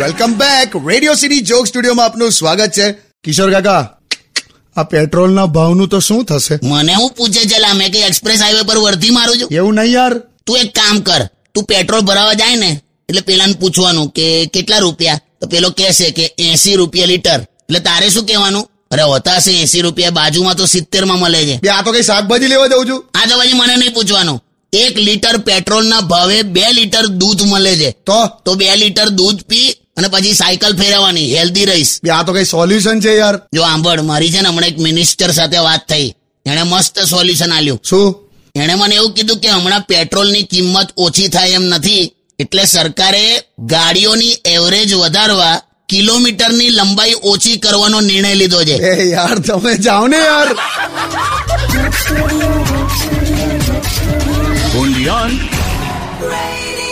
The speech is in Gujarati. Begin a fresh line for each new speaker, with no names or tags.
welcome back radio city joke સ્ટુડિયોમાં આપનું સ્વાગત છે કિશોર કાકા આ પેટ્રોલના ભાવનું તો શું થશે
મને હું પૂછે છે લા મેં કઈ એક્સપ્રેસ હાઈવે પર વર્ધી મારું છું
એવું નહીં યાર
તું એક કામ કર તું પેટ્રોલ ભરાવા જાય ને એટલે પેલાને પૂછવાનું કે કેટલા રૂપિયા તો પેલો કહેશે કે એસી રૂપિયા લીટર એટલે તારે શું કહેવાનું અરે હોતા હશે એસી રૂપિયા બાજુમાં તો 70 માં મળે છે
બે આ તો કઈ શાકભાજી લેવા જઉં છું
આ તો પછી મને નહીં પૂછવાનું એક લીટર પેટ્રોલના ભાવે બે લીટર દૂધ મળે છે
તો
તો બે લીટર દૂધ પી અને પછી સાયકલ ફેરવવાની હેલ્ધી રહીશ
બે આ તો કઈ સોલ્યુશન છે યાર
જો આંબળ મારી છે ને હમણાં એક મિનિસ્ટર સાથે વાત થઈ એણે મસ્ત સોલ્યુશન આલ્યું
શું
એણે મને એવું કીધું કે હમણાં પેટ્રોલની કિંમત ઓછી થાય એમ નથી એટલે સરકારે ગાડીઓની એવરેજ વધારવા કિલોમીટરની લંબાઈ ઓછી કરવાનો નિર્ણય લીધો છે
એ યાર તમે જાઓ ને યાર
only on
Radio